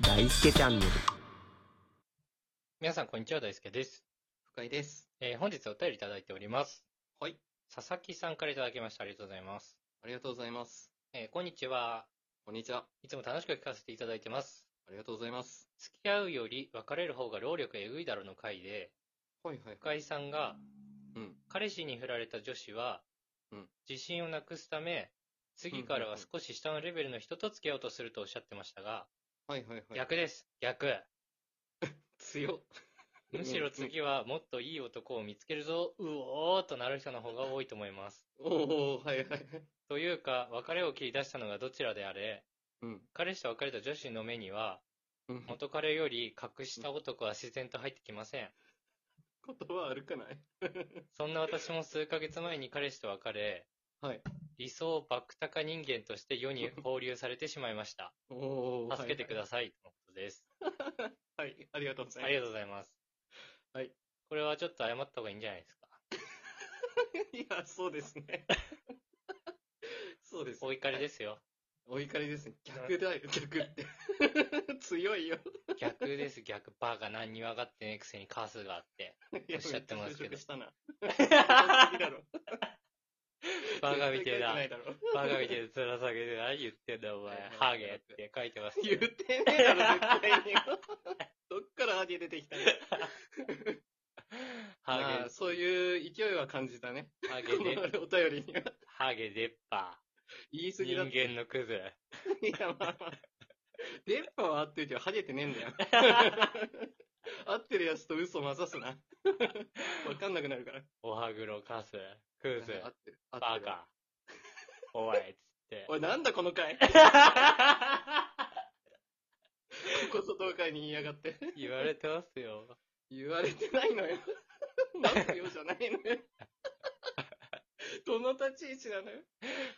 大輔チャンネル。皆さん、こんにちは。大輔です。深井です。えー本日お便りいただいております。はい。佐々木さんからいただきました。ありがとうございます。ありがとうございます。えーこんにちは。こんにちは。いつも楽しく聞かせていただいてます。ありがとうございます。付き合うより別れる方が労力えぐいだろの回で、はいはい。深井さんが、うん。彼氏に振られた女子は、うん自信をなくすため、次からは少し下のレベルの人と付き合おうとするとおっしゃってましたが、はいはいはい。逆です。逆。 強っ。 むしろ次はもっといい男を見つけるぞ、うおーっとなる人の方が多いと思います。おー、はいはい。というか、別れを切り出したのがどちらであれ、うん。彼氏と別れた女子の目には、うん元彼より格下男は自然と入ってきません。 言葉悪くないそんな私も数ヶ月前に彼氏と別れ、はい。理想バクタカ人間として世に放流されてしまいま した。おー。助けてくだささい、とのことです。い。はい。ありがとうございあます。りがとうございます。はい。これはちょっと謝った方がいいんじゃないですか。いや、そうです ね。そうです、。お怒りですすよ。お怒りですね。逆だよ、逆って。 強いよ。逆です、逆。バカ何に分かってねえくせにカスがあって。いやおっしゃってますけどめちゃくちゃ したな。強すぎだろバカみて絶対書いてえだな。いだろバカみてえだ、面下げて何言ってんだお前はいはい。ハゲって書いてますよ。言ってねえだろ、絶対 に。どっからハゲ出てきたのハまあそういう勢いは感じたね。ゲ、ハこのゲで、お便りには。ハゲ出っ歯。言い過ぎ人だって。間のクズ。いや、まあまあ。電波は合ってるけど、ハゲてねえ んだよ。合ってるやつと嘘混ざ すな。わかんなくなるから。おはぐろカス。クズ。合ってる。合ってバる。カ。おい、つって。おい、なんだこの回。こそ同回に言いやがって。言われてますよ。言われてない のよ。なんかよじゃないのよ。どの立ち位置なのよ。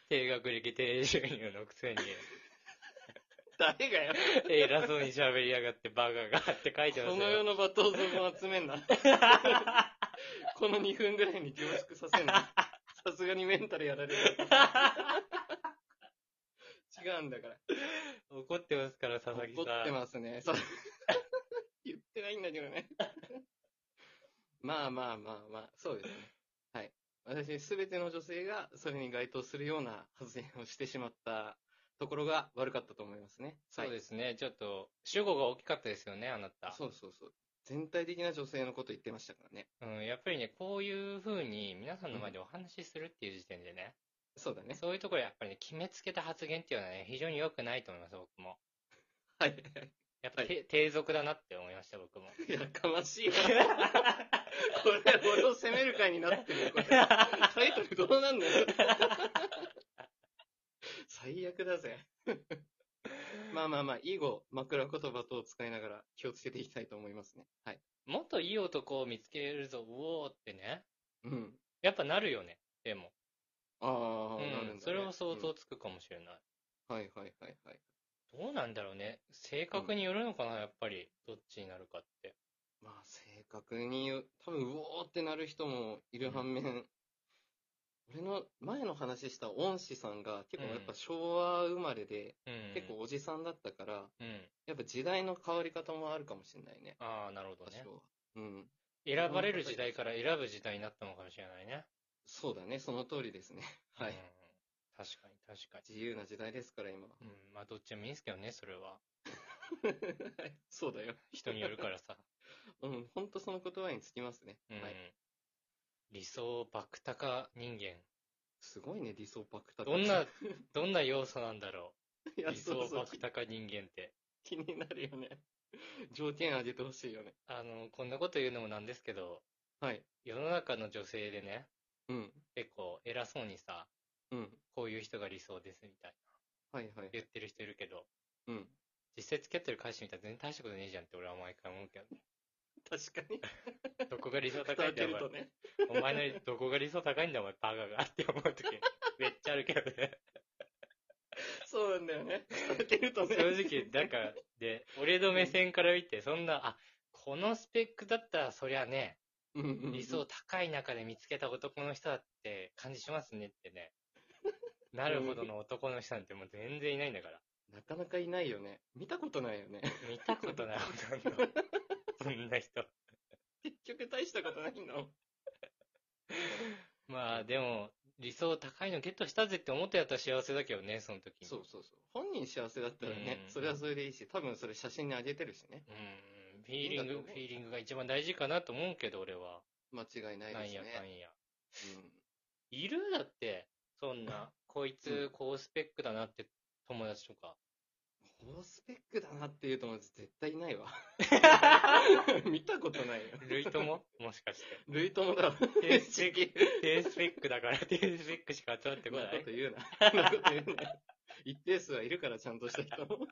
低学歴低収入のくせに、誰がよ。偉そうに喋りやがってバカがって書いてまこすの世よ。の罵倒像を集めん な。この2分ぐらいに凝縮させんな。さすがにメンタルやられる。違うんだから。怒ってますから、佐々木さ怒ん。ってますね。さ 言ってないんだけどね。 まあまあまあまあ、そうですね。はい。私、すべての女性がそれに該当するような発言をしてしまったところが悪かったと思いますね。。そうですすね。ちょっと、主語が大きかったですよね、あなた。そうそうそう。全体的な女性のこと言ってましたからね。うん、やっぱりね、こういう風に皆さんの前でお話しするっていう時点でね、そうだね。そういうところやっぱりね、決めつけた発言っていうのはね、非常に良くないと思います、僕も。はい。 やっぱ、はいて低俗だなって思いました、僕も。やかましいな。これ、俺を責める回になってるよ、これ。 タイトルどうなんだよ。最悪だぜ。 まあまあまあ、以後、枕言葉等を使いながら気をつけていきたいと思いますね。はい。もっといい男を見つけるぞ、うおーってね。うん。やっぱなるよね、でも。ああ、うんなるんだ、ね。それは相う当んつくかもしれない。はいはいはいはい。どうなんだろうね。性格によるのかな、やっぱり。どっちになるかって。まあ、正確に言う、多分、うおーってなる人もいる反面、俺の前の話した恩師さんが結構やっぱ昭和生まれで、うん。結構。おじさんだったから、うん。やっぱ時代の変わり方もあるかもしれないね。ああ、なるほど多ね少。はうん。選ばれる時代から選ぶ時代になったのかもしれないね。そうだね、その通りですね。はうんい。確かに、確かに。自由な時代ですから、今は。 うん、まあどっちでもいいんですけどね、それは。はいそうだよ。人によるからさ。うん、ほんとその言葉につきますね。う ん。はい。理想バクタカ人間。すごいね、理想バクタカどんな、どんな要素なんだろ。いうや、理そ想うそバう、クタカ人間って。気になるよね。条件上げてほしいよね。あの、こんなこと言うのもなんですけど、はい。世の中の女性でね、うん。結構偉そうにさ、うん。こういう人が理想ですみたいはいはな言い。ってる人いるけど、うん。実際付き合ってる彼氏みたいな全然大したことねえじゃんって俺は毎回思うけどね。確かに。どこが理想蓋高開いんだけよ、るおとね。前。お前のどこが理想高いんだよ、お前、バカが。って思うと き、めっちゃあるけどね。そうなんだよね。蓋開けるとね。正直、なんか、で、俺の目線から見て、そんな、あ、このスペックだったら、そりゃね、うんうんうん理想高い中で見つけた男の人だって感じしますねってね。なるほどの男の人なんてもう全然いないんだから。なかなかいないよね。見たことないよね。 見たことない、ほとんど。そんな人。結局大したことないんだもん。まあ、でも、理想高いのゲットしたぜって思ったやったら幸せだけどね、その時に。そうそうそう。本人幸せだったらね、うんそれはそれでいいし、多分それ写真にあげてるしね。うん。フィーリンいいんだとグ、思うフィーリングが一番大事かなと思うけど、俺は。間違いないなでんすやかね。んや。いるだって、そんな、こいつ、高スペックだなって友達 とか。うん。高スペックだなっていう友達絶対いない わ。見たことないよ。類とももしか して。ルイ友だわ。低スペック、低スペック だから、低スペックしか集まってこそんななこいと。言うな。そんなこと言うな。一定数はいるから、ちゃんとした人 も。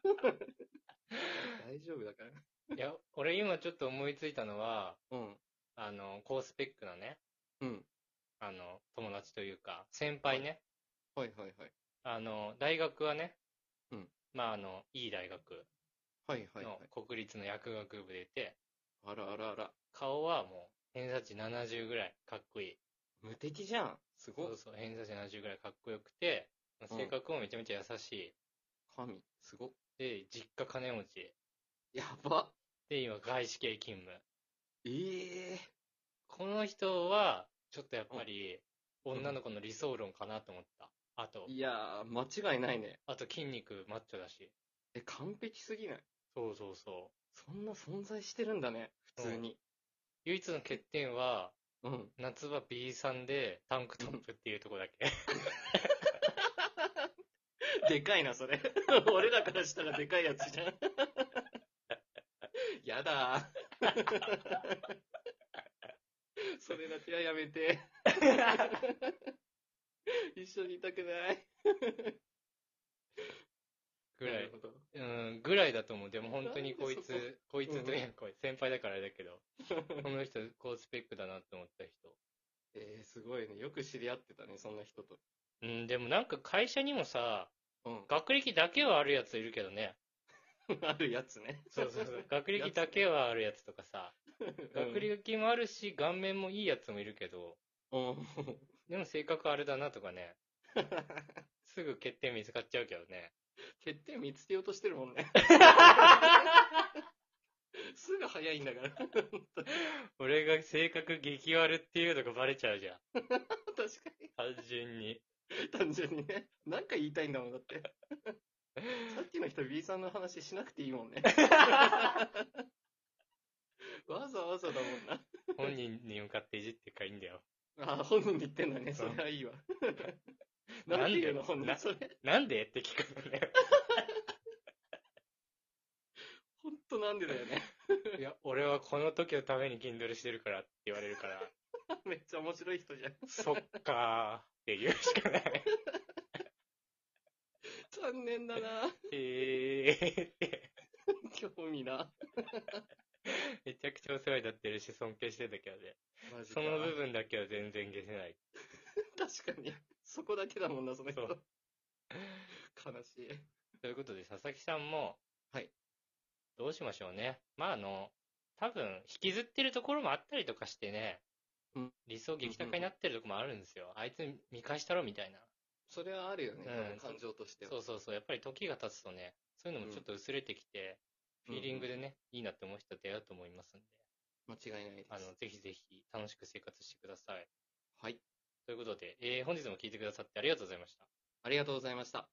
大丈夫だから。いや、俺今ちょっと思いついたのは、うん。あの、高スペックのね、うん。あの、友達というか、先輩ね。はいはいはい。あの、大学はね、うんまあ、あの、いい大学はいはいはいの。国立の薬学部でいて、あらあらあら。顔はもう、偏差値70ぐらい、かっこいい。無敵じゃん。すそ。ごいうそう、偏差値70ぐらいかっこよくて、うん性格もめちゃめちゃ優しい。神。すご。で、実家金持ち。やば。で、今、外資系勤務。ええこの人は、ちょっとやっぱり、ん女の子の理想論かなと思った。あと、いやー、間違いないね。あと筋肉マッチョだし。え、完璧すぎない。そうそうそう。そんな存在してるんだね。普通に。唯一の欠点は、うん。夏場 B さんでタンクトップっていうとこだけ。 でかいな、それ。 俺らからしたらでかいやつじゃん。 やだー。 それだけはやめて。 一緒にいたくない。ぐらないる。ほど。うん、ぐらいだと思う。でも本当にこいなんでつ、こいつとうんいや、こい先輩だからあれだ けど、この人、こうスペックだなって思った人。えー、すごいね。よく知り合ってたね、そんな人と。うん、でもなんか会社にもさ、うん。 学歴だけはあるやついるけどね。あるやつね。そうそうそう。 学歴だけはあるやつとかさ、 うん。学歴もあるし、顔面もいいやつもいるけど、うん。でも性格あれだなと かね、すぐ欠点見つかっちゃうけどね。欠点見つけようとしてるも んね。すぐ早いんだから。確か俺が性格激悪っていうのがバレちゃうじゃん。単純に。に。単純にね。なんか言いたいんだもん、だって。さっきの人 B さんの話しなくていいも んね。わざわざだもんな。本人に向かっていじってかいいんだよ。あ、本人で言ってんだね。それはいいわ。 なんていうの、なん本で人。それ。なんでって聞くのね。ほんとなんでだよね。 いや、俺はこの時のために Kindle してるからって言われる から、めっちゃ面白い人 じゃん。そっかーって言うしか ない。残念だな。えーって、興味な。めちゃくちゃお世話になってるし、尊敬してたけどね。マジその部分だけは全然消せない。 確かに。そこだけだもんな、その人。そう悲しい。ということで、佐々木さんも、はい。どうしましょうね。まあ、あの、多分、引きずってるところもあったりとかしてねうん、理想激高になってるとこもあるんですよ。あいつ見返したろみたいな。それはあるよね、うん感情としては。そうそうそう、やっぱり時が経つとね、そういうのもちょっと薄れてきて、うんフィーリングでね、いいなって思う人は出会うと思いますんで、間違いないです。あの、ぜひぜひ楽しく生活してください。はい。ということで、えー本日も聞いてくださってありがとうございました。ありがとうございました。